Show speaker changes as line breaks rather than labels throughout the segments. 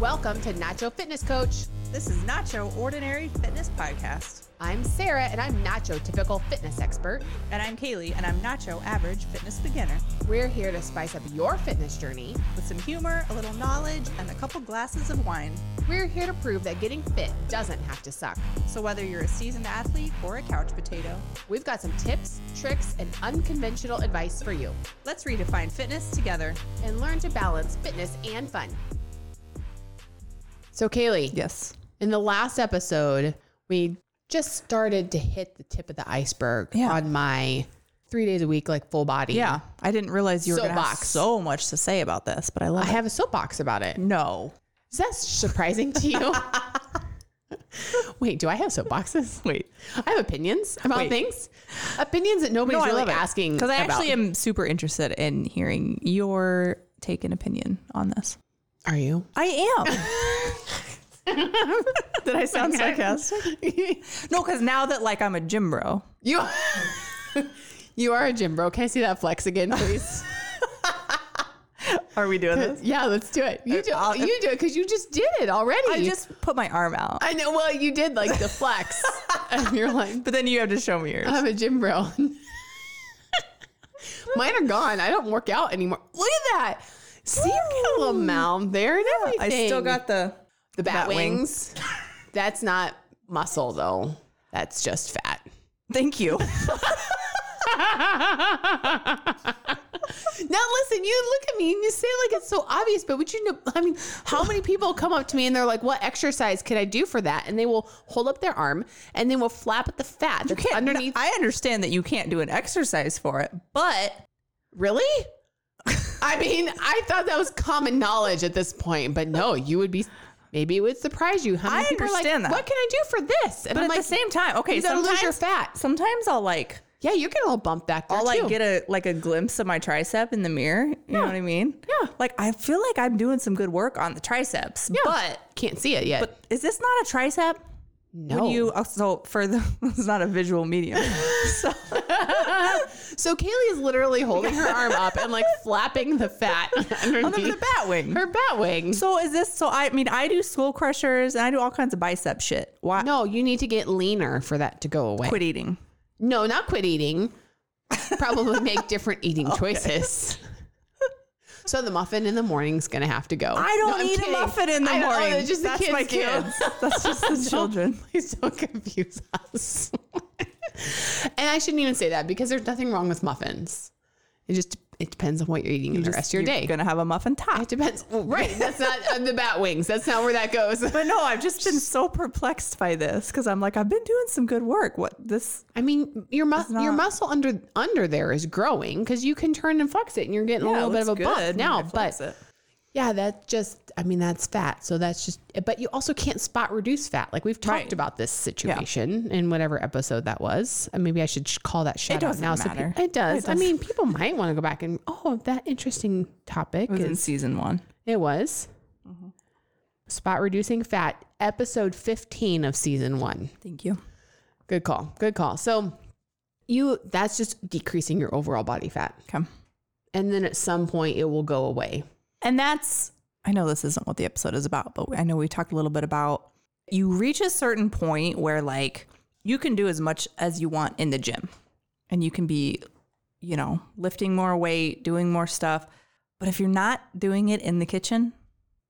Welcome to Nacho Fitness Coach.
This is Nacho Ordinary Fitness Podcast.
I'm Sarah, and I'm Nacho Typical Fitness Expert.
And I'm Kaylee, and I'm Nacho Average Fitness Beginner.
We're here to spice up your fitness journey.
With some humor, a little knowledge, and a couple glasses of wine.
We're here to prove that getting fit doesn't have to suck.
So, whether you're a seasoned athlete or a couch potato,
We've got some tips, tricks, and unconventional advice for you
let's redefine fitness together.
and learn to balance fitness and fun. So, Kaylee,
Yes.
in the last episode, we just started to hit the tip of the iceberg
Yeah.
on my three days a week, like full body.
Yeah. I didn't realize you were going to have
Soapbox.
so much to say about this, but I love
I
it.
have a soapbox about it.
No.
Is that surprising to you? Wait, do I have soapboxes?
Wait.
I have opinions about
Wait.
things. Opinions that nobody's
No, I
really
love it.
asking.
Because I
about.
actually am super interested in hearing your take and opinion on this.
Are you?
I am. Did I sound
Okay.
sarcastic? no, because now that like I'm a gym bro,
You You are a gym bro. Can I see that flex again, please?
are we doing this?
yeah, let's do it. You do
Uh, I'll-
you do it because you just did it already.
I just put my arm out,
I know well you did like the flex. and you're like,
but then you have to show me yours.
I'm a gym bro. Mine are gone. I don't work out anymore. Look at that. See your little mound there and
I
everything.
still got the
The bat,
bat
wings. That's not muscle though. That's just fat.
thank you.
Now listen, you look at me and you say it like it's so obvious, but would you know? I mean, how many people come up to me and they're like, "What exercise could I do for that?" And they will hold up their arm and then will flap at the fat that's underneath.
I understand that you can't do an exercise for it, but
really? I mean, I thought that was common knowledge at this point, but no, you would be. Maybe it would surprise you how many
I
people are like,
understand that.
"What can I do for this?" And
but
I'm
at
like,
the same time, okay,
"You gotta lose your
sometimes-
fat."
Sometimes I'll like
Yeah, you're getting a little bump back there
I'll like
too.
get a like a glimpse of my tricep in the mirror. You know what I mean?
Yeah.
Like I feel like I'm doing some good work on the triceps, but
can't see it yet.
But is this not a tricep?
no.
When you oh, so for the it's not a visual medium. So
so Kaylee is literally holding her arm up and like flapping the fat
on the, the
underneath
bat wing.
her bat wing.
So is this so I mean I do skull crushers and I do all kinds of bicep shit. Why
No, you need to get leaner for that to go away.
quit eating?
No, not quit eating. Probably make different eating choices. So the muffin in the morning's gonna have to go.
I
No,
don't
I'm
eat
kidding.
a muffin in the
I know,
morning.
that's just
That's
the kids
my
too.
kids. That's just the children.
Please don't confuse us. and I shouldn't even say that because there's nothing wrong with muffins. It just it depends on what you're eating in the rest of your
You're
day.
gonna have a muffin top.
It depends. Well, right. That's not uh, the bat wings. That's not where that goes.
But no, I've just been so perplexed by this because I'm like, I've been doing some good work. What this?
I mean, your mus- your
not-
muscle under under there is growing because you can turn and flex it, and you're getting a little bit of a bump now. But yeah, that's just. I mean, that's fat. So that's just. But you also can't spot reduce fat. Like we've talked
Right.
about this situation in whatever episode that was. And maybe I should sh- call that shout out
doesn't
now. so
matter.
pe- it, does.
It
I mean, people might want to go back and oh, that interesting topic.
was Mm-hmm. in
is-
season one.
it was spot reducing fat episode fifteen of season one.
Thank you.
Good call. Good call. So you that's just decreasing your overall body fat.
Come.
And then at some point it will go away.
And that's, I know this isn't what the episode is about, but I know we talked a little bit about you reach a certain point where like you can do as much as you want in the gym and you can be, you know, lifting more weight, doing more stuff. But if you're not doing it in the kitchen,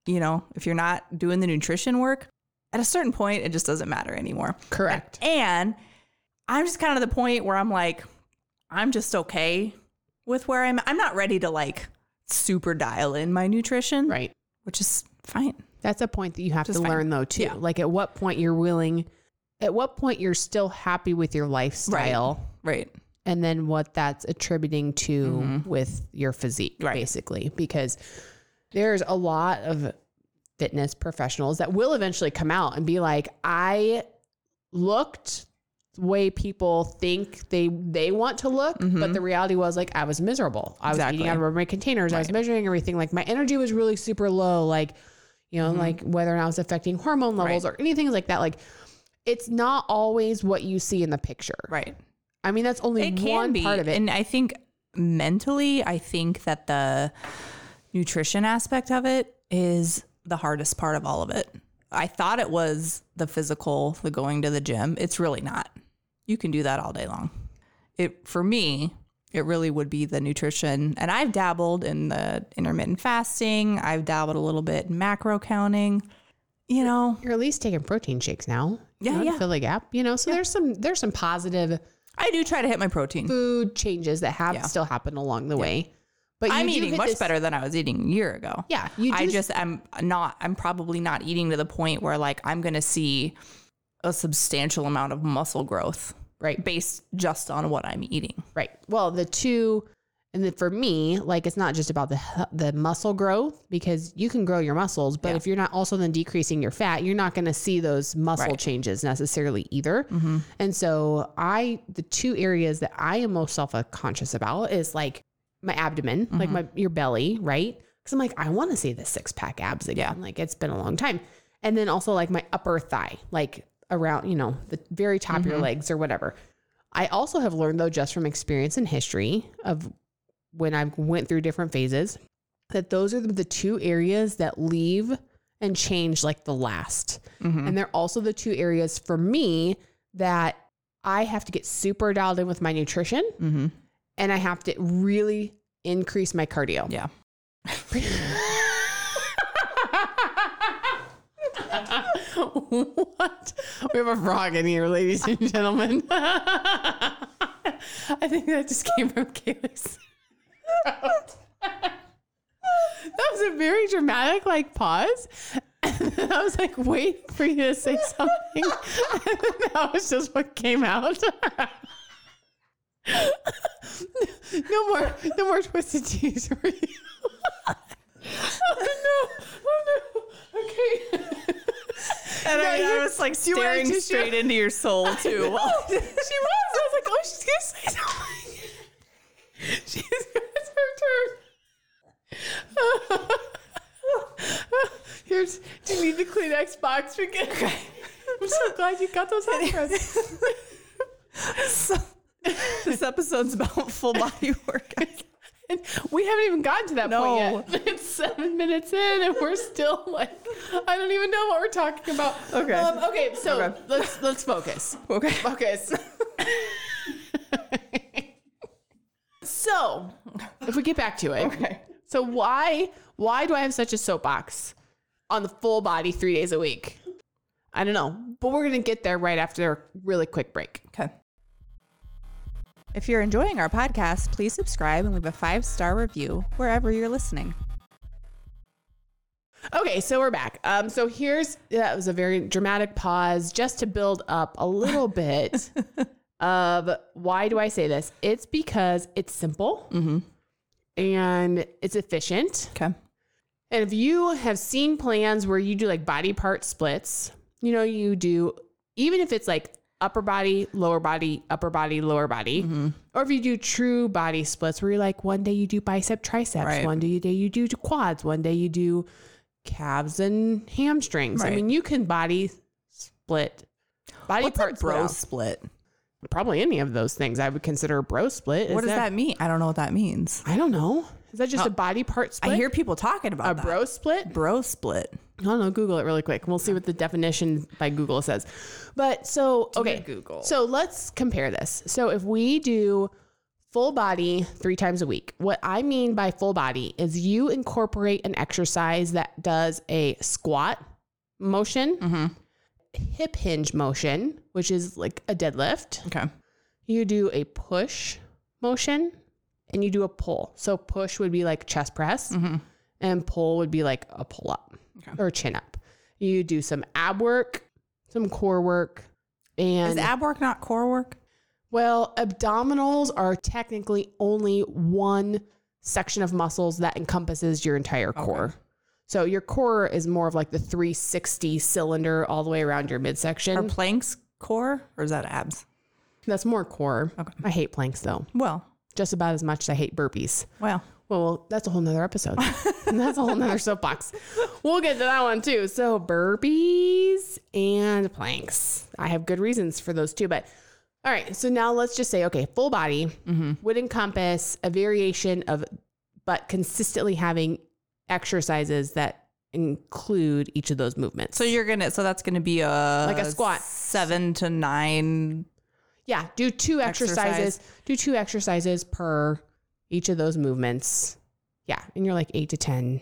you know, if you're not doing the nutrition work, at a certain point, it just doesn't matter anymore.
Correct.
And I'm just kind of the point where I'm like, I'm just okay with where I'm. I'm not ready to like super dial in my nutrition,
Right.
Which is fine.
That's a point that you have
Just
to
fine.
learn though too.
Yeah.
Like at what point you're willing at what point you're still happy with your lifestyle
Right.
and then what that's attributing to with your physique
Mm-hmm. Right.
basically because there's a lot of fitness professionals that will eventually come out and be like i looked the way people think they they want to look but the reality was like i was miserable i was eating
Mm-hmm. Exactly.
out of my containers i was measuring everything like my energy was really super low like you
Mm-hmm.
know like whether or not it was affecting hormone levels or anything like that like it's not always what you see in the picture
Right.
i mean that's only
It can
one
be.
part of it
And I think mentally, I think that the nutrition aspect of it is the hardest part of all of it. I thought it was the physical, the going to the gym. It's really not. You can do that all day long. It for me, it really would be the nutrition. And I've dabbled in the intermittent fasting. I've dabbled a little bit in macro counting. You know,
You're at least taking protein shakes now. you
Yeah,
know, to
yeah.
Fill the gap. You know, so there's some there's some positive
I do try to hit my protein.
food changes that have
Yeah.
still happened along the way. But
I'm
you do
eating
hit
much
this-
better than I was eating a year ago.
Yeah, you do
I just am not I'm probably not eating to the point where like I'm going to see a substantial amount of muscle growth
right.
based just on what I'm eating.
Right. Well, the two, and then for me, like it's not just about the he- the muscle growth because you can grow your muscles, but
Yeah.
if you're not also then decreasing your fat, you're not going to see those muscle
Right.
changes necessarily either.
Mm-hmm.
And so, I the two areas that I am most self conscious about is like my abdomen, like my your belly, right? Because I'm like, I want to see the six pack abs again. Like it's been a long time, and then also like my upper thigh, like around you know the very top of your legs or whatever. I also have learned though just from experience and history of when I went through different phases that those are the, the two areas that leave and change like the last.
Mm-hmm.
And they're also the two areas for me that I have to get super dialed in with my nutrition
Mhm.
and I have to really increase my cardio.
Yeah.
what? We have a frog in here, ladies and gentlemen. I think that just came from Kaylee's throat. that was a very dramatic, like, pause. And then I was like, waiting for you to say something. and then that was just what came out. no more, no more twisted teas for you. oh no! Oh no! Okay.
And
I- I was,
like
you wanted to show-
into your soul too.
she was. I was like, oh, she's gonna say something. she's it's her turn. Here's. Do you need the Kleenex box? We can. I'm so glad you got those out for us.
this episode's about full body workouts.
And we haven't even gotten to that
No.
point yet. It's seven minutes in, and we're still like, I don't even know what we're talking about.
Okay.
Um, okay. So
Okay.
let's let's focus.
Okay.
Focus. so, if we get back to it,
Okay.
so why why do I have such a soapbox on the full body three days a week? I don't know, but we're gonna get there right after a really quick break.
Okay. If you're enjoying our podcast, please subscribe and leave a five star review wherever you're listening.
Okay, so we're back. Um, so here's that was a very dramatic pause just to build up a little bit of why do I say this? It's because it's simple and it's efficient.
Okay.
And if you have seen plans where you do like body part splits, you know, you do, even if it's like upper body, lower body, upper body, lower body,
Mm-hmm.
or if you do true body splits where you're like one day you do bicep, triceps,
Right.
one day you do quads, one day you do calves and hamstrings. I
Right.
mean, you can body split body
What's a
part
bro
bro.
split?
Probably any of those things I would consider a bro split.
What
Is
does that, mean? I don't know what that means.
I don't know. Is that just a body part split?
I hear people talking about
a
that.
bro split?
bro split.
I don't know. Google it really quick. We'll see what the definition by Google says. But so, okay.
Google.
So let's compare this. So if we do full body three times a week, what I mean by full body is you incorporate an exercise that does a squat motion, hip hinge motion, which is like a deadlift.
Okay.
You do a push motion and you do a pull. So push would be like chest press and pull would be like a pull up
Mm-hmm. Okay.
or chin up. You do some ab work, some core work,
Is
and
ab work not core work?
well, abdominals are technically only one section of muscles that encompasses your entire core. So your core is more of like the 360 cylinder all the way around your
Are
midsection.
planks core or is that abs?
That's more core.
Okay.
I hate planks though,
Well,
just about as much as I hate burpees.
well.
Well, that's a whole nother episode. and that's a whole nother soapbox. We'll get to that one too. So burpees and planks. I have good reasons for those too. But all right, so now let's just say, okay, full body
Mm-hmm.
would encompass a variation of, but consistently having exercises that include each of those movements.
So you're gonna. So that's gonna be a like
a squat.
seven to nine.
yeah, do two exercises, do two exercises per each of those movements. Yeah, and you're like 8 to 10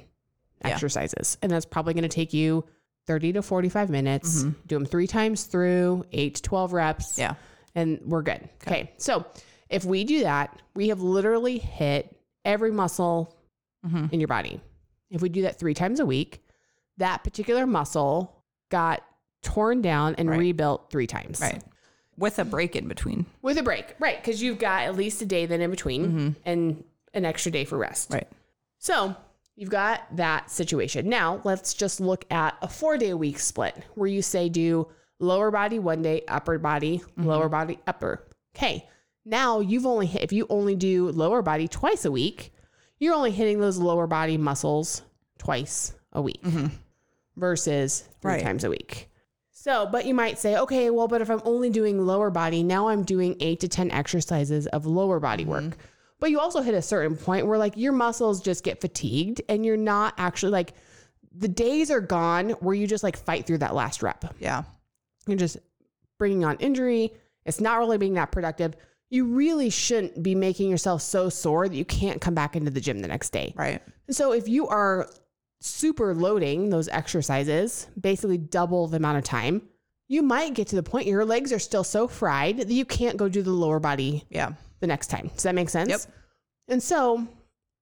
Yeah.
exercises. And that's probably going to take you 30 to 45 minutes.
Mhm.
Do them 3 times through, 8 to 12 reps.
Yeah.
and we're good.
Okay.
Okay. So if we do that, we have literally hit every muscle
Mm-hmm.
in your body. If we do that three times a week, that particular muscle got torn down and
Right.
rebuilt three times.
Right. With a break in between.
With a break. Right. Because you've got at least a day then in between and an extra day for rest.
Mm-hmm. Right.
So you've got that situation. Now let's just look at a four day a week split where you say do lower body one day, upper body,
Mm-hmm.
lower body, upper. Okay. Now you've only hit, if you only do lower body twice a week, you're only hitting those lower body muscles twice a week versus three
Mm-hmm. Right.
times a week. So, but you might say, okay, well, but if I'm only doing lower body, now I'm doing eight to 10 exercises of lower body work. But you also hit a certain point where like your muscles just get fatigued and you're not actually like the days are gone where you just like fight through that last rep.
Yeah.
You're just bringing on injury. It's not really being that productive. You really shouldn't be making yourself so sore that you can't come back into the gym the next day.
Right.
So if you are super loading those exercises, basically double the amount of time, you might get to the point your legs are still so fried that you can't go do the lower body
Yeah.
the next time. Does that make sense?
Yep.
And so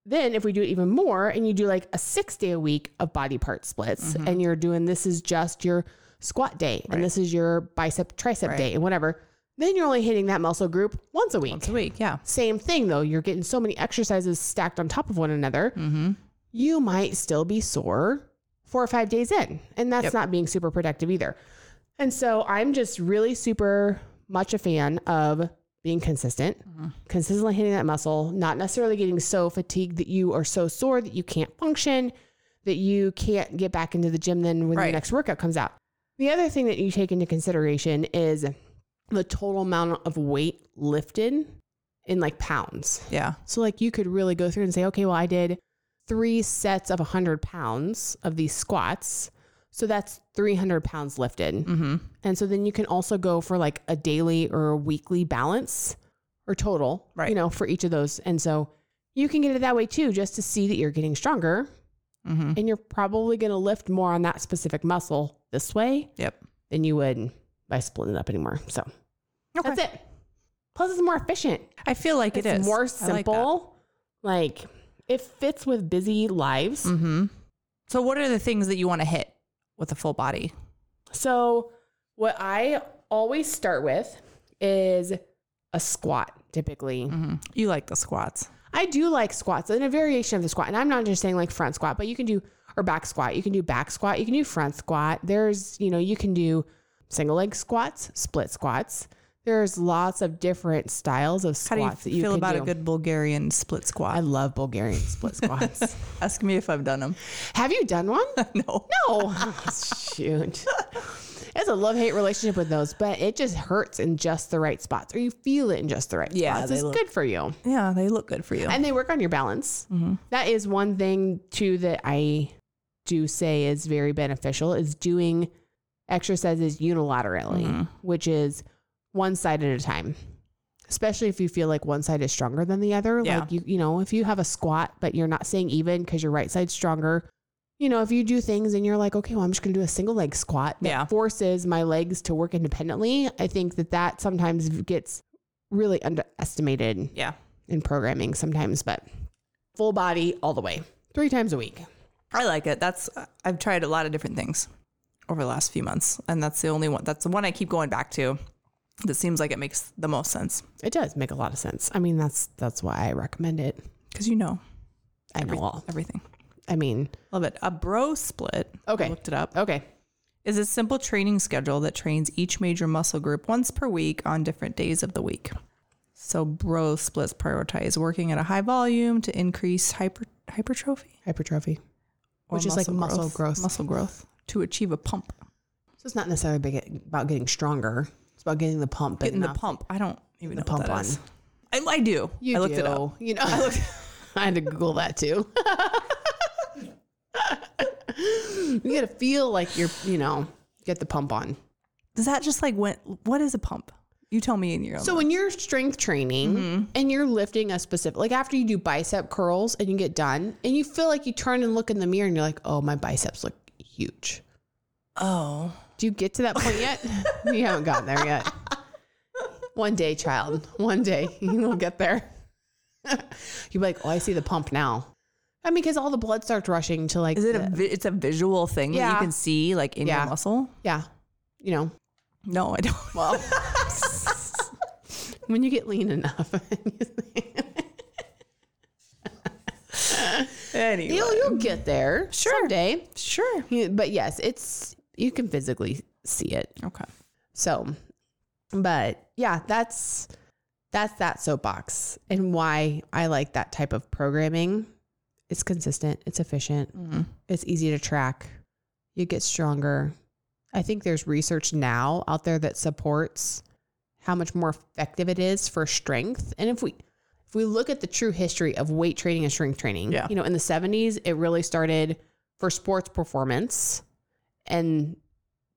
then if we do it even more and you do like a six day a week of body part splits and you're doing this is just your squat day
Mm-hmm. Right.
and this is your bicep tricep
Right.
day and whatever, then you're only hitting that muscle group once a week.
Once a week. Yeah.
Same thing though, you're getting so many exercises stacked on top of one another
Mm-hmm.
you might still be sore four or five days in. And that's
Yep.
not being super productive either. And so I'm just really super much a fan of being consistent,
Mm-hmm.
consistently hitting that muscle, not necessarily getting so fatigued that you are so sore that you can't function, that you can't get back into the gym then when
Right.
the next workout comes out. The other thing that you take into consideration is the total amount of weight lifted in like pounds.
Yeah.
So like you could really go through and say, okay, well, I did three sets of 100 pounds of these squats. So that's 300 pounds lifted.
Mm-hmm.
And so then you can also go for like a daily or a weekly balance or total,
Right.
you know, for each of those. And so you can get it that way too, just to see that you're getting stronger
Mm-hmm.
and you're probably going to lift more on that specific muscle this way
Yep.
than you would by splitting it up anymore. So
Okay.
that's it. Plus it's more efficient
I feel like
it's
it is
more
I like that.
simple. Like, it fits with busy lives.
Mm-hmm. So, what are the things that you want to hit with a full body?
So, what I always start with is a squat typically.
Mm-hmm. You like the squats.
I do like squats and a variation of the squat. And I'm not just saying like front squat, but you can do or back squat. You can do back squat. You can do front squat. There's, you know, you can do single leg squats, split squats. There's lots of different styles of
How
squats
do you
that
feel
can
about
do.
a good Bulgarian split
I
squat?
love Bulgarian split squats.
Ask me if I've done them.
Have you done one?
no.
Oh, shoot. It's a love hate relationship with those, but it just hurts in just the right spots, or you feel it in just the right
Yeah,
spots.
they
It's
look-
good for you.
Yeah, they look good for you. Mm-hmm.
And they work on your balance. That is one thing, too, that I do say is very beneficial is doing exercises unilaterally,
Mm-hmm.
which is one side at a time. Especially if you feel like one side is stronger than the other.
Yeah.
Like you, you know, if you have a squat, but you're not saying even because your right side's stronger. You know, if you do things and you're like, okay, well, I'm just going to do a single leg squat that
Yeah.
forces my legs to work independently. I think that that sometimes gets really underestimated
yeah.
in programming sometimes, but full body all the way, three times a week.
I like it. That's I've tried a lot of different things over the last few months, and that's the only one. That's the one I keep going back to. That seems like it makes the most sense
It does make a lot of sense. I mean, that's that's why I recommend it.
because you know
I know all.
everything.
I mean,
Love it. A bro split.
Okay.
looked it up.
okay,
Is a simple training schedule that trains each major muscle group once per week on different days of the week. So bro splits prioritize working at a high volume to increase hyper hypertrophy,
hypertrophy.
or
Which is like muscle growth.
muscle growth to achieve a pump.
So it's not necessarily big about getting stronger. It's about getting the pump.
Getting
and
the pump. I don't even know
the
what
pump
that
on.
is. I, I do.
You
I looked it up.
do. You know, I, looked, I had to Google that too. you gotta feel like you're, you know, get the pump on.
Does that just like when? What is a pump? You tell me in your own.
So when you're strength training and you're lifting a specific, like after you do bicep curls and you get done and you feel like you turn and look in the mirror and you're like, oh, my biceps look huge.
oh,
Do you get to that point yet? we haven't gotten there yet. One day, child. One day you'll get there. You'll be like, oh, I see the pump now. I mean, because all the blood starts rushing to like,
is it a?
the-
vi- It's a visual thing that
Yeah.
you can see, like in
Yeah.
your muscle.
yeah, you know,
No, I don't.
Well, when you get lean enough,
anyway,
you'll, you'll get there
Sure.
someday.
sure.
You- But yes, it's you can physically see it.
Okay.
So, but yeah, that's that's that soapbox and why I like that type of programming. It's consistent. It's efficient.
Mm.
It's easy to track. You get stronger. I think there's research now out there that supports how much more effective it is for strength. And if we if we look at the true history of weight training and strength training,
Yeah.
you know, in the 70s it really started for sports performance and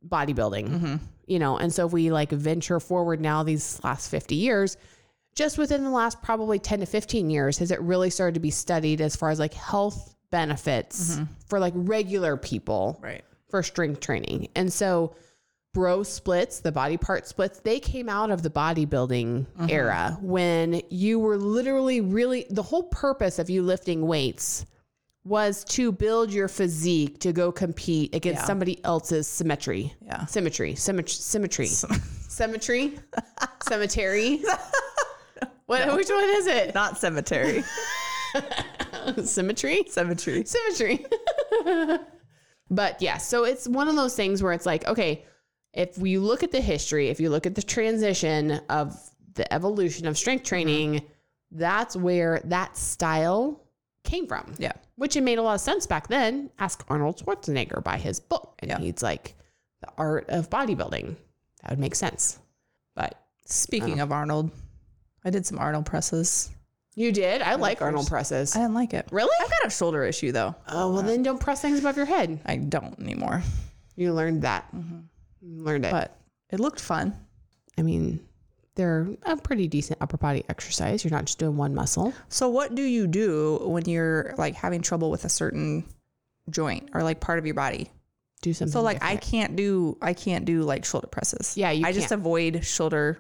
bodybuilding,
Mhm.
you know. And so if we like venture forward now these last 50 years, just within the last probably 10 to 15 years has it really started to be studied as far as like health benefits for like regular people
Right.
for strength training. And so bro splits, the body part splits, they came out of the bodybuilding
Mm-hmm.
era when you were literally really the whole purpose of you lifting weights was to build your physique to go compete against
Yeah.
somebody else's symmetry.
Yeah.
Symmetry, symmetry, symmetry, symmetry, cemetery. What, Which one is it?
Not cemetery.
Symmetry?
cemetery.
symmetry. but yeah, so it's one of those things where it's like, okay, if we look at the history, if you look at the transition of the evolution of
Mm-hmm.
strength training, that's where that style came from.
Yeah.
Which it made a lot of sense back then. Ask Arnold Schwarzenegger by his book. And
Yeah.
he's like, the art of bodybuilding. That would make sense. But Oh.
Speaking of Arnold, I did some Arnold presses.
you did. I like Arnold presses.
I didn't like it.
Really?
I've got a shoulder issue though.
Oh, well, then don't press things above your head.
I don't anymore.
You learned that. You learned it.
Mm-hmm. But it looked fun.
I mean, they're a pretty decent upper body exercise. You're not just doing one muscle.
So what do you do when you're like having trouble with a certain joint or like part of your body?
Do something.
So like I can't do I can't do like shoulder presses.
Yeah, you
I just avoid shoulder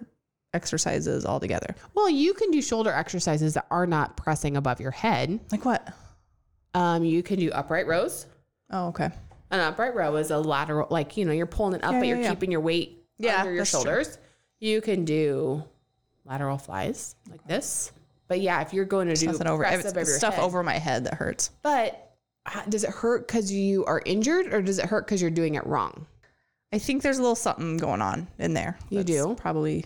exercises altogether.
well, you can do shoulder exercises that are not pressing above your head.
Like what?
Um, you can do upright rows.
Oh, okay.
An upright row is a lateral, like you know, you're pulling it up,
Yeah,
but
yeah,
you're
yeah.
keeping your weight
Yeah,
under your
that's true.
shoulders. You can do lateral flies like this. But yeah, if you're going to do
Nothing over
press
it's
above your
stuff
head-
over my head that hurts.
but how- does it hurt because you are injured, or does it hurt because you're doing it wrong?
I think there's a little something going on in there.
You do?
probably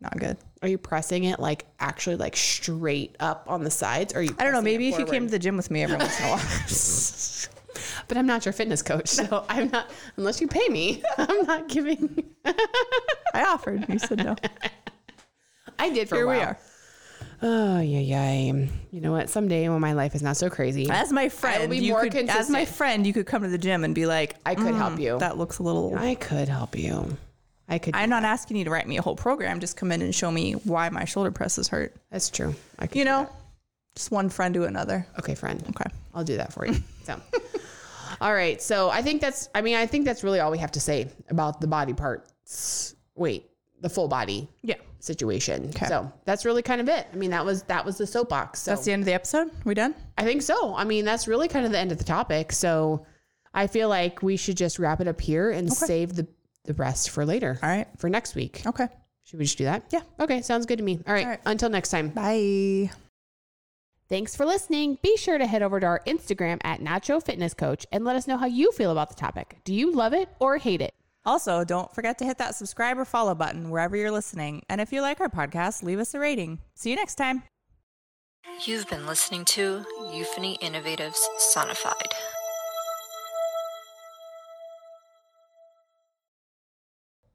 not good.
Are you pressing it like actually like straight up on the sides? Or are you?
I don't know.
pressing it
Maybe if you came to
forward?
the gym with me every once in a while.
but I'm not your fitness coach, so I'm not. Unless you pay me, I'm not giving.
I offered. You said no.
I did for
Here
a while.
we are.
Oh yeah, yeah. You know what? Someday when my life is not so crazy,
As my friend,
be
you
more
could, as my
consistent.
friend, you could come to the gym and be like,
I could help you.
That looks a little.
I could help you. I could.
I'm not asking you to write me a whole program. Just come in and show me why my shoulder presses hurt.
that's true. I could.
You know, just one friend to another.
Okay, friend.
Okay.
I'll do that for you. So. all right. So I think that's. I mean, I think that's really all we have to say about the body parts. Wait, the full body.
Yeah.
situation. So that's really kind of it. I mean, that was that was the soapbox. So
That's the end of the episode. We done?
I think so. I mean, that's really kind of the end of the topic. So I feel like we should just wrap it up here and save the the rest for later
All right.
for next week.
Okay.
Should we just do that?
Yeah.
Okay, sounds good to me. Oh. All right.
All right.
Until next time.
Bye.
Thanks for listening. Be sure to head over to our Instagram at Nacho Fitness Coach and let us know how you feel about the topic. Do you love it or hate it?
Also, don't forget to hit that subscribe or follow button wherever you're listening. And if you like our podcast, leave us a rating. See you next time.
You've been listening to Euphony Innovatives Sonified.